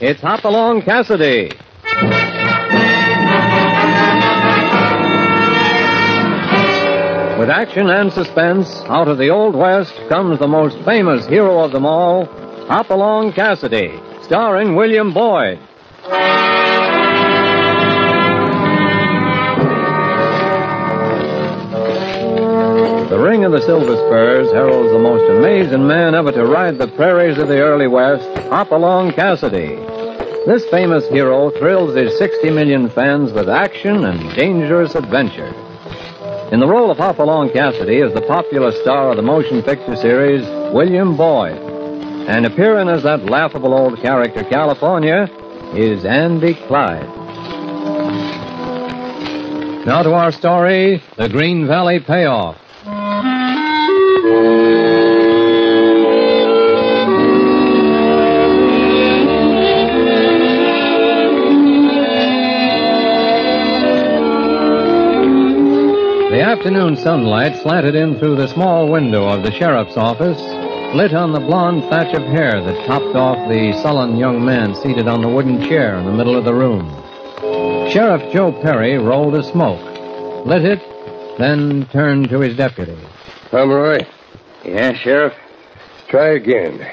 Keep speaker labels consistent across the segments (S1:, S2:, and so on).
S1: It's Hop Along Cassidy. With action and suspense, out of the Old West comes the most famous hero of them all, Hop Along Cassidy, starring William Boyd. The Ring of the Silver Spurs heralds the most amazing man ever to ride the prairies of the early West, Hopalong Cassidy. This famous hero thrills his 60 million fans with action and dangerous adventure. In the role of Hopalong Cassidy is the popular star of the motion picture series, William Boyd. And appearing as that laughable old character, California, is Andy Clyde. Now to our story, The Green Valley Payoff. The afternoon sunlight slanted in through the small window of the sheriff's office, lit on the blond thatch of hair that topped off the sullen young man seated on the wooden chair in the middle of the room. Sheriff Joe Perry rolled a smoke, lit it, then turned to his deputy.
S2: Pomeroy,
S3: Yeah, Sheriff?
S2: try again.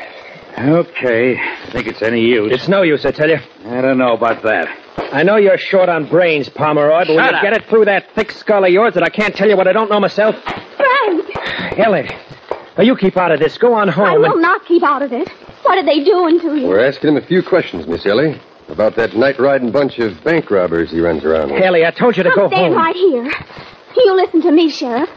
S3: Okay. I think it's any use.
S4: It's no use, I tell you.
S3: I don't know about that.
S4: I know you're short on brains, Pomeroy, but when
S3: Shut
S4: you
S3: up.
S4: get it through that thick skull of yours that I can't tell you what I don't know myself.
S5: Frank,
S4: Ellie, now you keep out of this. Go on
S5: I
S4: home.
S5: will not keep out of it. What are they doing to you?
S2: We're asking him a few questions, Miss Ellie, about that night riding bunch of bank robbers he runs around with.
S4: and... Ellie, I told you to
S5: I'll
S4: go
S5: stand
S4: home.
S5: right here. You listen to me, Sheriff.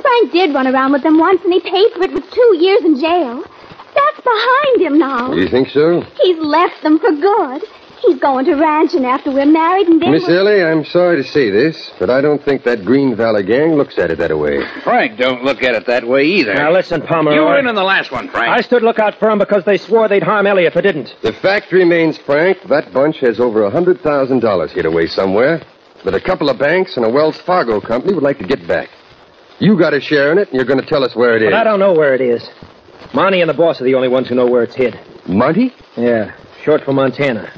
S5: Frank did run around with them once, and he paid for it with two years in jail. That's behind him now.
S2: Do you think so?
S5: He's left them for good. He's going to ranching after we're married, and then
S2: Miss
S5: we'll-
S2: Ellie, I'm sorry to say this, but I don't think that Green Valley gang looks at it that way.
S3: Frank don't look at it that way either.
S4: Now listen, Pomeroy.
S3: you were in on the last one,
S4: I
S3: Frank.
S4: stood lookout for him because they swore they'd harm Ellie if I didn't.
S2: The fact remains, Frank, that bunch has over a hundred thousand dollars hid away somewhere that a couple of banks and a Wells Fargo company would like to get back. You got a share in it, and you're going to tell us where it is.
S4: But I don't know where it is. Monty and the boss are the only ones who know where it's hid.
S2: Monty?
S4: Yeah, short for Montana.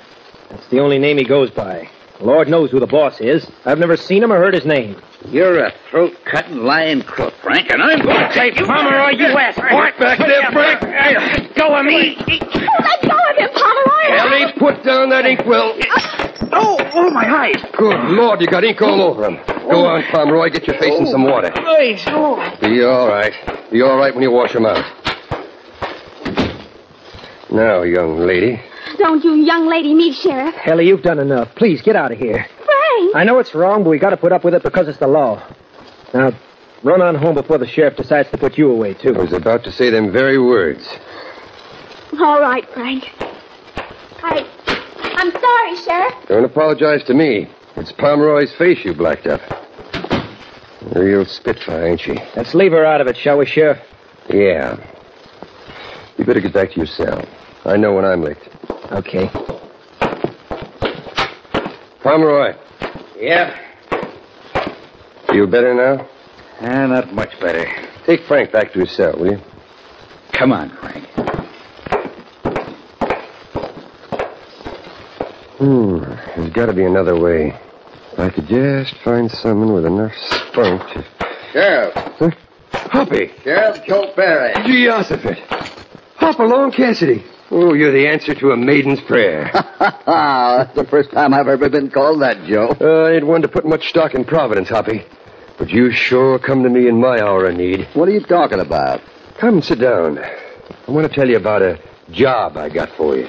S4: That's the only name he goes by. Lord knows who the boss is. I've never seen him or heard his name.
S3: You're a throat cutting, lying crook, Frank, and I'm going to take you. Pomeroy, you ass. What
S2: back there, Frank.
S3: Let go of me.
S5: Let go of him, Pomeroy.
S2: Ellie, put down that inkwell.
S3: Oh, oh, my eyes.
S2: Good Lord, you got ink all over him. Go on, Pomeroy, get your face in some water.
S3: Eyes. Oh.
S2: Be all right. Be all right when you wash him out. Now, young lady.
S5: Don't you young lady me, Sheriff.
S4: Ellie, you've done enough. Please get out of here.
S5: Frank,
S4: I know it's wrong, but we got to put up with it because it's the law. Now, run on home before the sheriff decides to put you away,
S2: I
S4: too.
S2: was about to say them very words.
S5: all right, Frank. I, I'm sorry, Sheriff.
S2: Don't apologize to me. It's Pomeroy's face you blacked up. A real spitfire, ain't she?
S4: Let's leave her out of it, shall we, Sheriff?
S2: Yeah. You better get back to your cell. I know when I'm licked.
S4: Okay.
S2: Pomeroy,
S3: Yeah.
S2: you better now?
S3: Ah, not much better.
S2: Take Frank back to his cell, will you?
S3: Come on, Frank.
S2: Hmm. There's got to be another way. If I could just find someone with enough spunk to.
S3: Sheriff.
S2: Huh? Hoppy!
S3: Sheriff Joe Barry.
S2: Geosophet! Hop along, Cassidy. Oh, you're the answer to a maiden's prayer.
S3: That's the first time I've ever been called that, Joe.
S2: uh, I ain't one to put much stock in Providence, Hoppy. But you sure come to me in my hour of need.
S3: What are you talking about?
S2: Come sit down. I want to tell you about a job I got for you.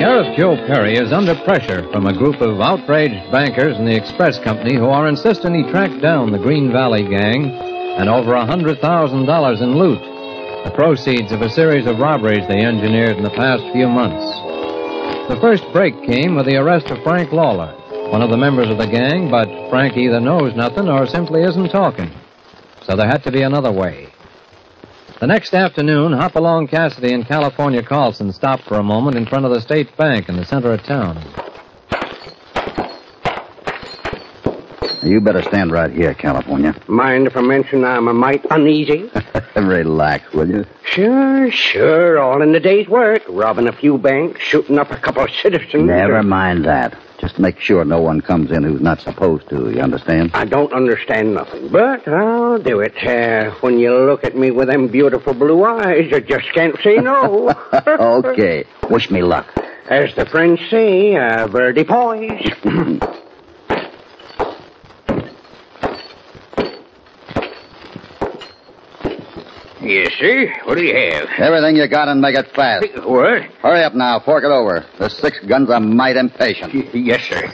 S1: Sheriff Joe Perry is under pressure from a group of outraged bankers in the express company who are insisting he track down the Green Valley gang and over a $100,000 in loot, the proceeds of a series of robberies they engineered in the past few months. The first break came with the arrest of Frank Lawler, one of the members of the gang, but Frank either knows nothing or simply isn't talking. So there had to be another way. The next afternoon, Hopalong Cassidy and California Carlson stopped for a moment in front of the state bank in the center of town.
S6: You better stand right here, California.
S7: Mind if I mention I'm a mite uneasy?
S6: Relax, will you?
S7: sure, sure. All in the day's work. Robbing a few banks, shooting up a couple of citizens.
S6: Never mind that. Just make sure no one comes in who's not supposed to, you understand?
S7: I don't understand nothing, but I'll do it. Uh, when you look at me with them beautiful blue eyes, you just can't say no.
S6: okay. Wish me luck.
S7: As the French say, uh, verdi poise.
S3: Yes, sir. What do you have?
S6: Everything you got and make it fast.
S3: What?
S6: Hurry up now. Fork it over. The six guns are might impatient.
S3: Yes, sir.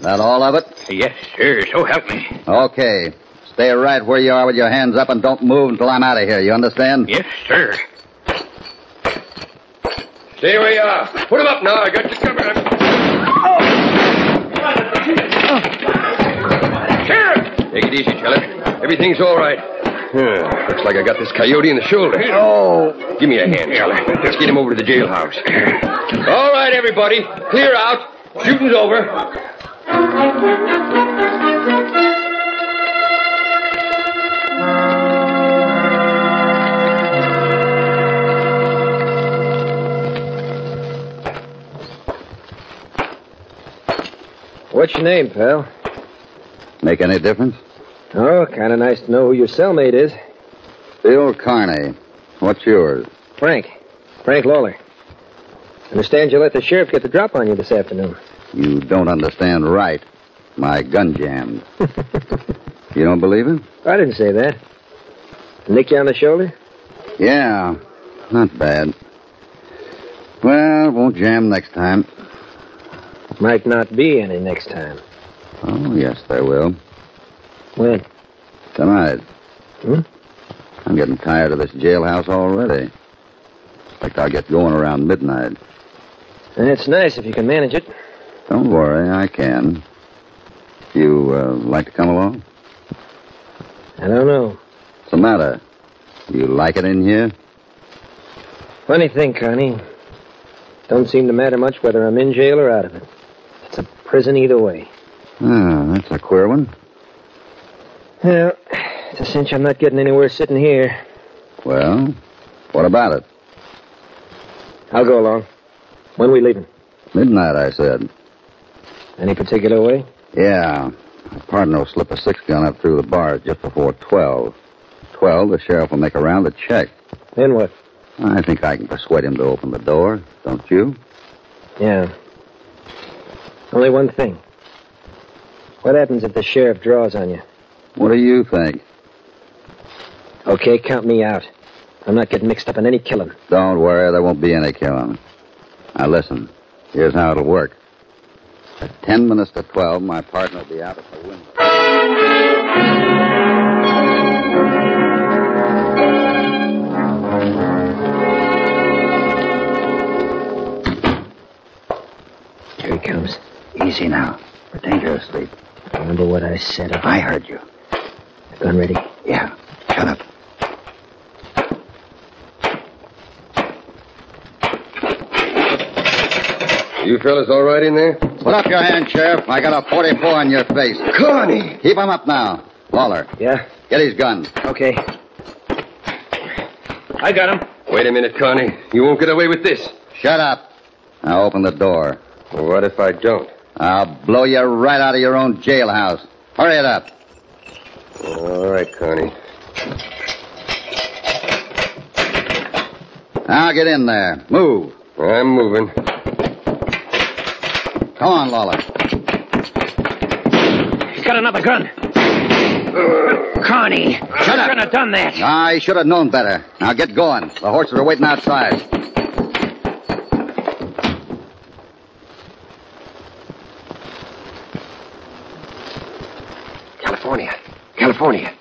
S6: That all of it?
S3: Yes, sir. So help me.
S6: Okay. Stay right where you are with your hands up and don't move until I'm out of here. You understand?
S3: Yes, sir.
S2: Stay where you are. Put him up now. I got you covered. I'm... Sheriff! Take it easy, Sheriff. Everything's all right. Yeah, looks like I got this coyote in the shoulder. Oh. Give me a hand, Sheriff. Let's get him over to the jailhouse. All right, everybody. Clear out. Shooting's over.
S4: What's your name, pal?
S6: Make any difference?
S4: Oh, kind of nice to know who your cellmate is.
S6: Bill Carney. What's yours?
S4: Frank. Frank Lawler. Understand you let the sheriff get the drop on you this afternoon.
S6: You don't understand right. My gun jammed. you don't believe it?
S4: I didn't say that. Nick you on the shoulder?
S6: Yeah, not bad. Well, won't jam next time.
S4: Might not be any next time.
S6: Oh, yes, there will.
S4: When?
S6: Tonight.
S4: Hmm?
S6: I'm getting tired of this jailhouse already. Expect I'll get going around midnight.
S4: That's nice if you can manage it.
S6: Don't worry, I can. You uh, like to come along?
S4: I don't know.
S6: What's the matter? You like it in here?
S4: Funny thing, Connie. Don't seem to matter much whether I'm in jail or out of it. It's a prison either way.
S6: Ah, that's a queer one.
S4: Well, it's a cinch I'm not getting anywhere sitting here.
S6: Well, what about it?
S4: I'll go along. When we leaving?
S6: Midnight, I said.
S4: Any particular way?
S6: Yeah. My partner will slip a six gun up through the bars just before 12. 12, the sheriff will make a round to check.
S4: Then what?
S6: I think I can persuade him to open the door, don't you?
S4: Yeah. Only one thing. What happens if the sheriff draws on you?
S6: What do you think?
S4: Okay, count me out. I'm not getting mixed up in any killing.
S6: Don't worry, there won't be any killing. Now listen, here's how it'll work. At 10 minutes to 12, my partner will be out at the window.
S4: Here he comes.
S6: Easy now. Pretend you're asleep.
S4: Remember what I said. I
S6: I heard you.
S4: gun ready.
S6: Yeah, shut up.
S2: You fellas all right in there?
S6: Put up your hand, Sheriff. I got a 44 on your face.
S2: Connie!
S6: Keep him up now. Lawler,
S4: Yeah?
S6: get his gun.
S4: Okay. I got him.
S2: Wait a minute, Connie. You won't get away with this.
S6: Shut up. Now open the door.
S2: What if I don't?
S6: I'll blow you right out of your own jailhouse. Hurry it up.
S2: All right, Connie.
S6: Now get in there. Move.
S2: I'm moving.
S6: Come on, Lawler.
S4: He's got another gun. Connie,
S6: Shut up.
S4: I have done that.
S6: I should have known better. Now get going. The horses are waiting outside.
S7: California. California.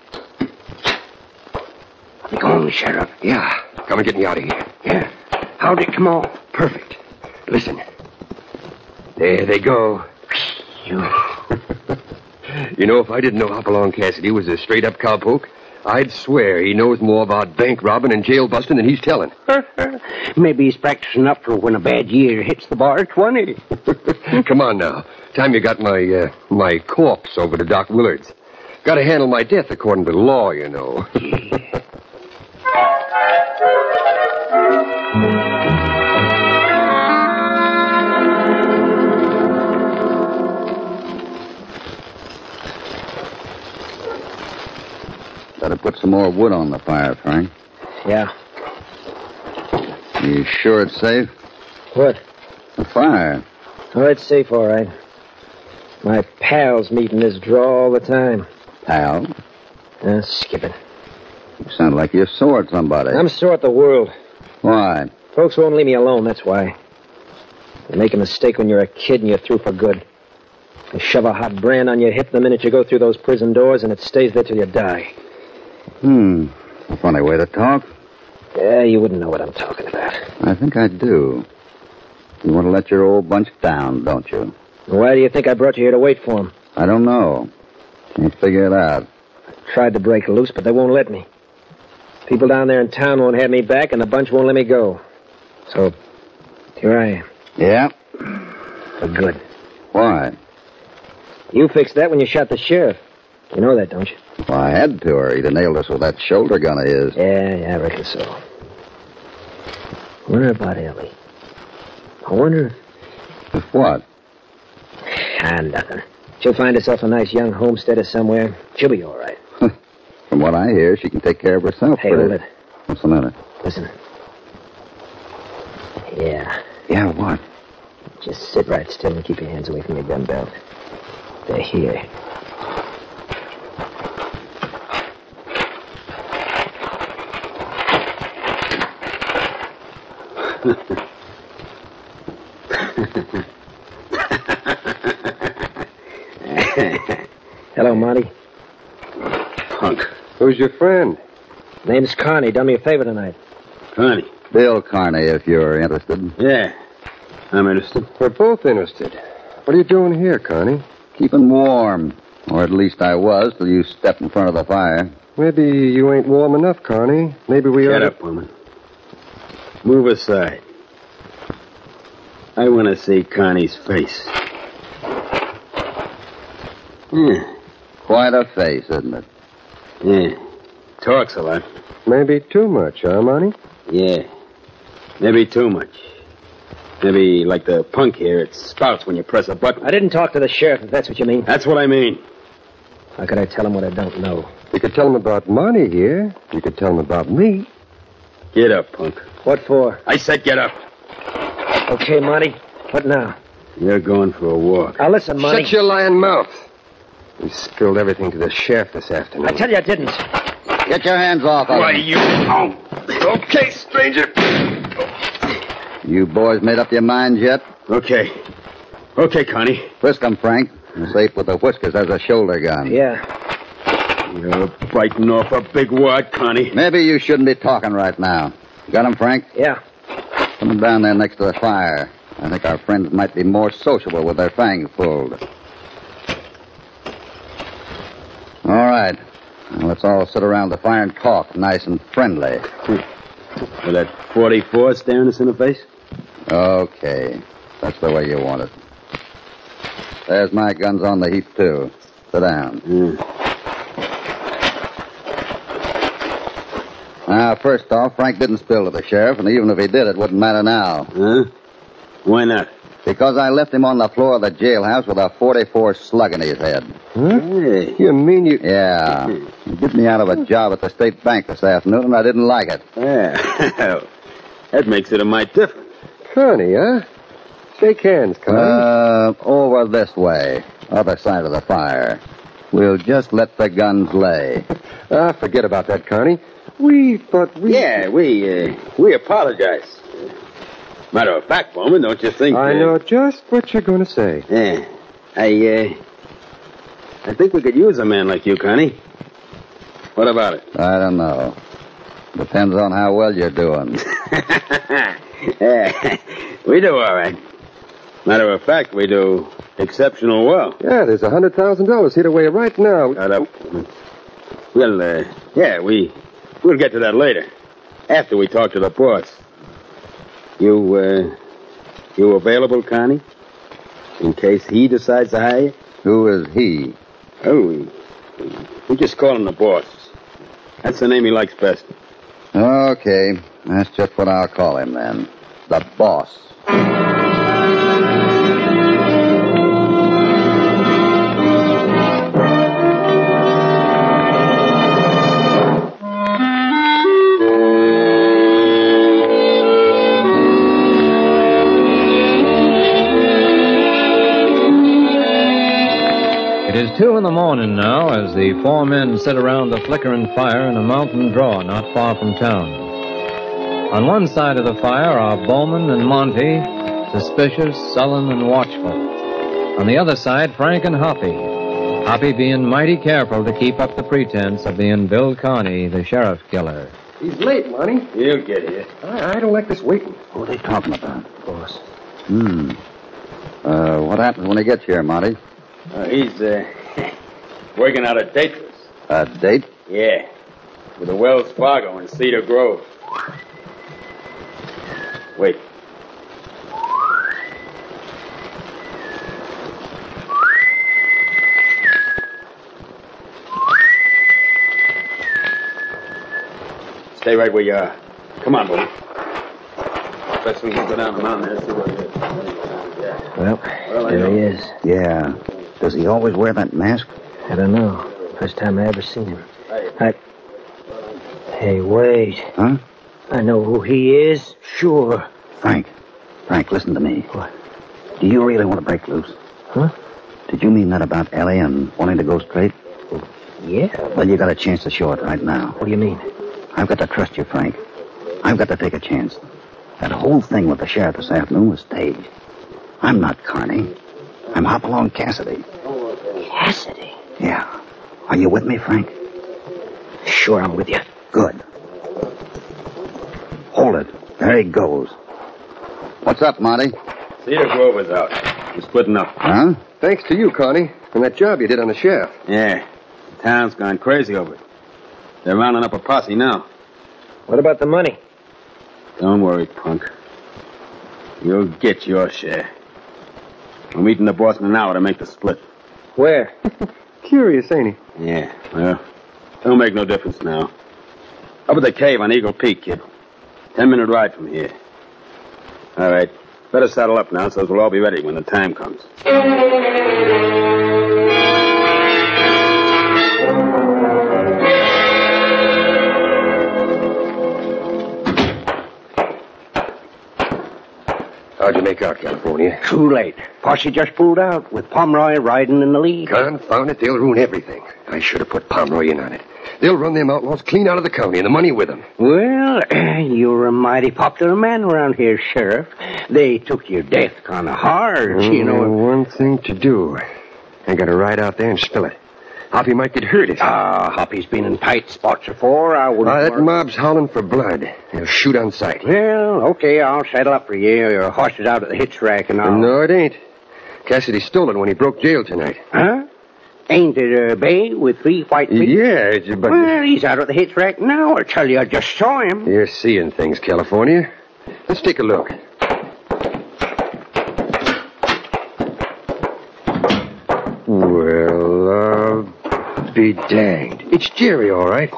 S7: Let me go on, Sheriff.
S2: Yeah. Come and get me out of here.
S7: Yeah. How'd it come off? Perfect.
S2: Listen. There they go. You. you know, if I didn't know Hopalong Cassidy was a straight up cowpoke, I'd swear he knows more about bank robbing and jail busting than he's telling.
S7: Maybe he's practicing up for when a bad year hits the bar at 20.
S2: Come on now. Time you got my uh, my corpse over to Doc Willard's. Got to handle my death according to the law, you know.
S6: Better put some more wood on the fire, Frank.
S4: Yeah.
S6: You sure it's safe?
S4: What?
S6: The fire.
S4: Oh, it's safe, all right. My pals meet in this draw all the time.
S6: Pal,
S4: Uh, skip it.
S6: you sound like you're sore at somebody.
S4: I'm sore at the world.
S6: Why?
S4: Folks won't leave me alone, that's why. You make a mistake when you're a kid and you're through for good. They shove a hot brand on your hip the minute you go through those prison doors, and it stays there till you die.
S6: Hmm. A funny way to talk.
S4: Yeah, you wouldn't know what I'm talking about.
S6: I think I do. You want to let your old bunch down, don't you?
S4: Why do you think I brought you here to wait for 'em?
S6: I don't know. Can't figure it out.
S4: Tried to break loose, but they won't let me. People down there in town won't have me back, and the bunch won't let me go. So, here I am,
S6: Yeah?
S4: for good.
S6: Why?
S4: You fixed that when you shot the sheriff. You know that, don't you?
S6: Well, I had to, or he'd have nailed us with that shoulder gun of his.
S4: Yeah, yeah, I reckon so. Wonder about Ellie. I wonder.
S6: With what?
S4: Ah, nothing. She'll find herself a nice young homesteader somewhere. She'll be all right.
S6: From what I hear, she can take care of herself.
S4: Hey,
S6: pretty-
S4: hold it.
S6: What's the matter?
S4: Listen. Yeah.
S6: Yeah, what?
S4: Just sit right still and keep your hands away from your gun belt. They're here. Hello, Monty.
S3: Punk.
S2: Who's your friend?
S4: Name's Carney. Done me a favor tonight.
S3: Connie.
S6: Bill Carney, if you're interested.
S3: Yeah. I'm interested.
S2: We're both interested. What are you doing here, Connie?
S6: Keeping warm. Or at least I was till you stepped in front of the fire.
S2: Maybe you ain't warm enough, Connie. Maybe we ought
S3: Shut
S2: to-
S3: up, woman. Move aside. I want to see Connie's face. Yeah,
S6: Quite a face, isn't it?
S3: yeah. Talks a lot.
S2: Maybe too much, huh, Monty?
S3: Yeah. Maybe too much. Maybe like the punk here, it spouts when you press a button.
S4: I didn't talk to the sheriff, if that's what you mean.
S3: That's what I mean.
S4: How could I tell him what I don't know?
S2: You could tell him about Monty here. You could tell him about me.
S3: Get up, punk.
S4: What for?
S3: I said get up.
S4: Okay, Monty. What now?
S3: You're going for a walk.
S4: Now listen, Monty.
S2: Shut your lying mouth. You spilled everything to the sheriff this afternoon.
S4: I tell you, I didn't.
S6: Get your hands off of him.
S3: you? Oh. Okay, stranger.
S6: You boys made up your minds yet?
S3: Okay. Okay, Connie.
S6: Frisk 'em, Frank. You're safe with the whiskers as a shoulder gun.
S4: Yeah.
S3: You're biting off a big wad, Connie.
S6: Maybe you shouldn't be talking right now. Got 'em, Frank?
S4: Yeah.
S6: Put 'em down there next to the fire. I think our friends might be more sociable with their fangs pulled. All right. Now let's all sit around the fire and talk nice and friendly.
S3: With that 44 staring us in the face?
S6: Okay. That's the way you want it. There's my guns on the heap, too. Sit down. Now, first off, Frank didn't spill to the sheriff, and even if he did, it wouldn't matter now.
S3: Huh? Why not?
S6: Because I left him on the floor of the jailhouse with a 44 slug in his head.
S3: Hey.
S2: You mean you.
S6: Yeah. He did me out of a job at the state bank this afternoon, and I didn't like it.
S3: Yeah. that makes it a mite different.
S2: Connie, huh? Shake hands, Connie.
S6: Uh, over this way. Other side of the fire. We'll just let the guns lay.
S2: Ah, forget about that, Connie. We thought we.
S3: Yeah, we, uh, we apologize. Matter of fact, Bowman, don't you think?
S2: I
S3: uh,
S2: know just what you're going to say.
S3: Yeah. I, uh, I think we could use a man like you, Connie. What about it?
S6: I don't know. Depends on how well you're doing.
S3: yeah, we do all right. Matter of fact, we do exceptional well.
S2: Yeah, there's a $100,000 hidden away right now.
S3: Shut up. Well, uh, yeah, we we'll get to that later, after we talk to the boss. You uh, you available, Connie? In case he decides to hire you?
S6: Who is he?
S3: Oh, we, we just call him the boss. That's the name he likes best.
S6: Okay, that's just what I'll call him then. The boss.
S1: It is two in the morning now as the four men sit around the flickering fire in a mountain draw not far from town. On one side of the fire are Bowman and Monty, suspicious, sullen, and watchful. On the other side, Frank and Hoppy. Hoppy being mighty careful to keep up the pretense of being Bill Carney, the sheriff killer.
S2: He's late, Monty.
S3: He'll get here.
S2: I, I don't like this waiting.
S6: What are they talking about? Boss. Hmm. Uh, what happens when he gets here, Monty?
S3: Uh, he's uh, working out a date for us.
S6: A date?
S3: Yeah, with the Wells Fargo in Cedar Grove. Wait. Stay right where you are. Come on, boy. Best we can go down the mountain and see what it is. Yeah.
S4: Well,
S3: I
S4: there he is.
S6: Yeah. Does he always wear that mask?
S4: I don't know. First time I ever seen him. I. Hey, wait.
S6: Huh?
S4: I know who he is. Sure.
S6: Frank. Frank, listen to me.
S4: What?
S6: Do you really want to break loose?
S4: Huh?
S6: Did you mean that about Ellie and wanting to go straight?
S4: Yeah.
S6: Well, you got a chance to show it right now.
S4: What do you mean?
S6: I've got to trust you, Frank. I've got to take a chance. That whole thing with the sheriff this afternoon was staged. I'm not Carney. I'm Hopalong Cassidy.
S4: Cassidy.
S6: Yeah. Are you with me, Frank?
S4: Sure, I'm with you.
S6: Good. Hold it. There he goes. What's up, Monty?
S3: Cedar Grove is out. We're splitting up.
S6: Huh?
S2: Thanks to you, Connie, and that job you did on the shaft.
S3: Yeah. The town's gone crazy over it. They're rounding up a posse now.
S4: What about the money?
S3: Don't worry, punk. You'll get your share. I'm meeting the boss in an hour to make the split.
S4: Where?
S2: Curious, ain't he?
S3: Yeah, well, don't make no difference now. Up at the cave on Eagle Peak, kid. Ten minute ride from here. All right. Better saddle up now, so we'll all be ready when the time comes.
S2: How'd you make out, California?
S7: Too late. Posse just pulled out with Pomeroy riding in the lead.
S2: Confound it, they'll ruin everything. I should have put Pomeroy in on it. They'll run them outlaws clean out of the county and the money with them.
S7: Well, you're a mighty popular man around here, Sheriff. They took your death kind of hard, you
S2: Only
S7: know.
S2: one thing to do. I gotta ride out there and spill it. Hoppy might get hurt if.
S7: Ah, Hoppy's been in tight spots before. I wouldn't.
S2: Ah, that
S7: worry.
S2: mob's howling for blood. They'll shoot on sight.
S7: Well, okay, I'll saddle up for you. Your horse is out at the hitch rack and all.
S2: No, it ain't. Cassidy stole it when he broke jail tonight.
S7: Huh? Ain't it a bay with three white feet?
S2: Yeah, it's but
S7: Well, he's out at the hitch rack now. I tell you, I just saw him.
S2: you're seeing things, California. Let's take a look. Well, I'll be danged. It's Jerry, all right.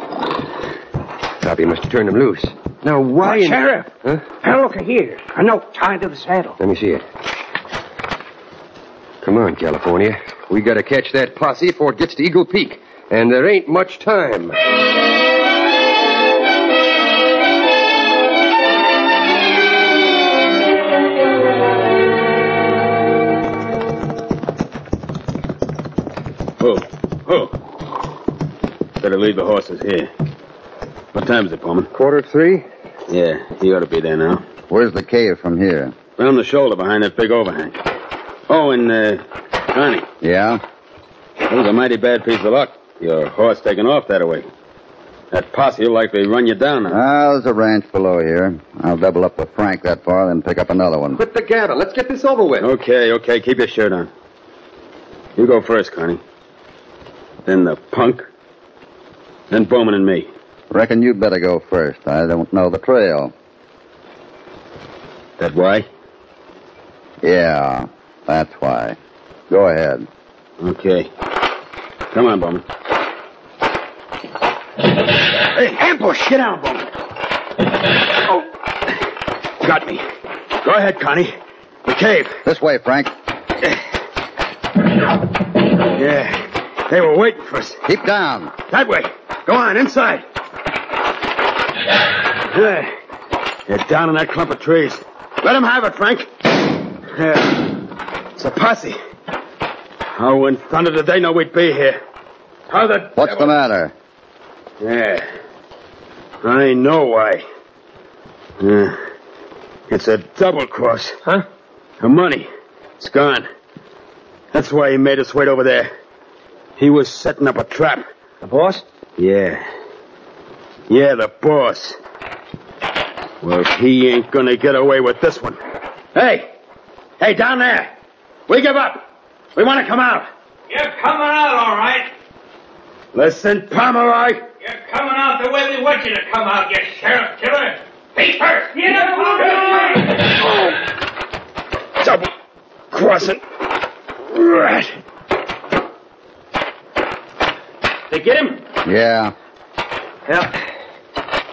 S2: Bobby must have turned him loose. Now, why? in-
S7: Sheriff!
S2: Huh?
S7: Now look here. A note tied to the saddle.
S2: Let me see it. Come on, California. We gotta catch that posse before it gets to Eagle Peak. And there ain't much time.
S3: Who? Who? Better leave the horses here. What time is it, Pullman?
S2: Quarter three?
S3: Yeah, he ought to be there now.
S6: Where's the cave from here?
S3: Round the shoulder behind that big overhang. Oh, and, uh, Connie,
S6: Yeah?
S3: it was a mighty bad piece of luck. Your horse taking off that way. That posse will likely run you down now.
S6: Ah, there's a ranch below here. I'll double up with Frank that far, then pick up another one.
S2: Quit the gabble. Let's get this over with.
S3: Okay, okay, keep your shirt on. You go first, Connie. Then the punk. Then Bowman and me.
S6: Reckon you'd better go first. I don't know the trail.
S3: That why?
S6: Yeah, that's why. Go ahead.
S3: Okay. Come on, Bowman. Hey, ambush! Get down, Bowman. Oh, got me. Go ahead, Connie. The cave.
S6: This way, Frank.
S3: Yeah. They were waiting for us.
S6: Keep down.
S3: That way. Go on, inside. There. They're down in that clump of trees. Let 'em have it, Frank. Yeah. It's a posse. How in thunder did they know we'd be here? How the...
S6: What's the matter?
S3: Yeah. I know why. Yeah. It's a double cross. Huh? The money. It's gone. That's why he made us wait over there. He was setting up a trap.
S4: The boss?
S3: Yeah. Yeah, the boss. Well, he ain't gonna get away with this one. Hey! Hey, down there! We give up! We wanna come out!
S8: You're coming out, all right.
S3: Listen, Pomeroy!
S8: You're coming out the way we want you to come out, you sheriff killer. Feet first. Get up,
S3: Double crossing. Right. They get him?
S6: Yeah.
S4: Well,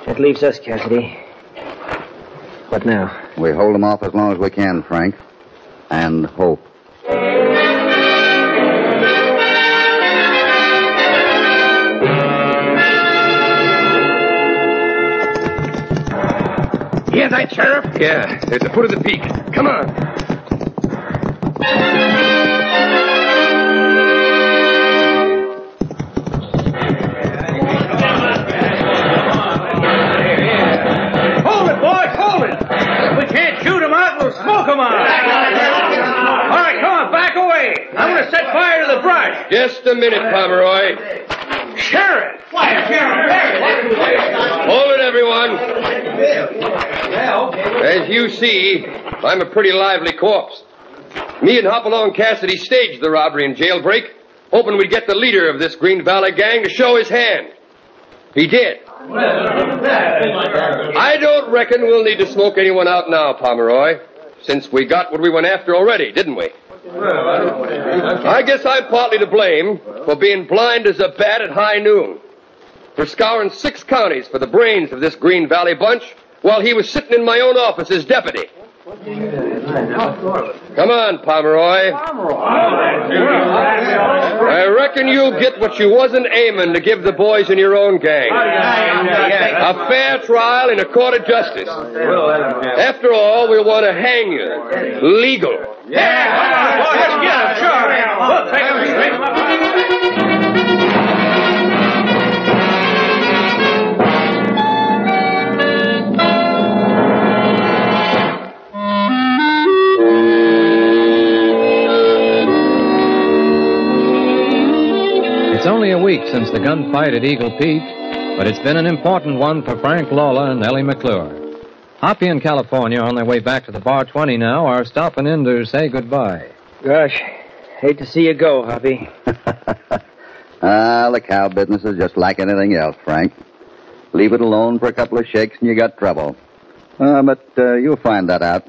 S4: that leaves us, Cassidy. What now?
S6: We hold them off as long as we can, Frank. And hope.
S2: Yeah, that sheriff? Yeah, at the foot of the peak. Come on.
S8: Hold it, boys, hold it. If we can't shoot 'em out, we'll smoke 'em out. All right, come on, back away. I'm going to set fire to the brush.
S2: Just a minute, Pomeroy.
S8: Sheriff. Why, Sheriff?
S2: Hold it, everyone. As you see, I'm a pretty lively corpse. Me and Hopalong Cassidy staged the robbery and jailbreak, hoping we'd get the leader of this Green Valley gang to show his hand. He did. I don't reckon we'll need to smoke anyone out now, Pomeroy, since we got what we went after already, didn't we? I guess I'm partly to blame for being blind as a bat at high noon. For scouring six counties for the brains of this Green Valley bunch while he was sitting in my own office as deputy. Come on, Pomeroy. I reckon you'll get what you wasn't aiming to give the boys in your own gang. A fair trial in a court of justice. After all, we want to hang you. Legal.
S8: Yeah. Boys, let's get 'em, sure. We'll take 'em, string 'em up.
S1: It's only a week since the gunfight at Eagle Peak, but it's been an important one for Frank Lawler and Ellie McClure. Hoppy and California on their way back to the Bar 20 now are stopping in to say goodbye.
S4: Gosh, hate to see you go, Hoppy.
S6: ah, the cow business is just like anything else, Frank. Leave it alone for a couple of shakes and you got trouble. Uh, but uh, you'll find that out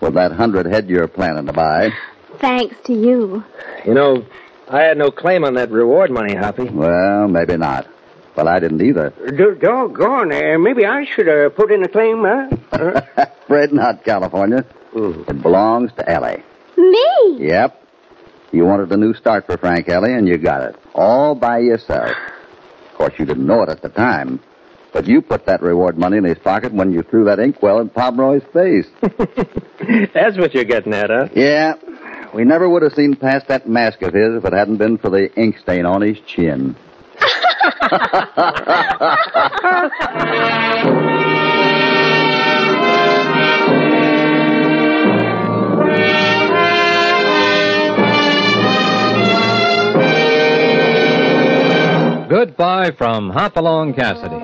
S6: with that hundred head you're planning to buy.
S5: Thanks to you.
S4: You know, I had no claim on that reward money, Hoppy.
S6: Well, maybe not. But I didn't either.
S7: Do- doggone, uh, maybe I should have put in a claim, huh? Huh?
S6: Afraid not, California.
S4: Mm.
S6: It belongs to Ellie.
S5: Me?
S6: Yep. You wanted a new start for Frank Ellie, and you got it. All by yourself. Of course, you didn't know it at the time. But you put that reward money in his pocket when you threw that inkwell in Pomeroy's face.
S4: That's what you're getting at, huh?
S6: yeah. We never would have seen past that mask of his if it hadn't been for the ink stain on his chin.
S1: Goodbye from Hopalong Cassidy.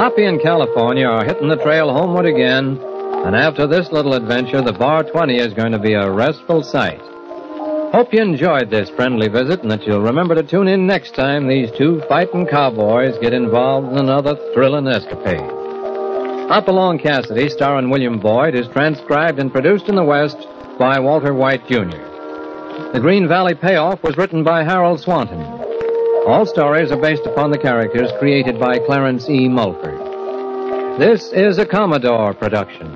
S1: Hoppy and California are hitting the trail homeward again, and after this little adventure, the Bar 20 is going to be a restful sight. Hope you enjoyed this friendly visit and that you'll remember to tune in next time these two fighting cowboys get involved in another thrilling escapade. Hop Along Cassidy, starring William Boyd, is transcribed and produced in the West by Walter White, Jr. The Green Valley Payoff was written by Harold Swanton. All stories are based upon the characters created by Clarence E. Mulford. This is a Commodore production.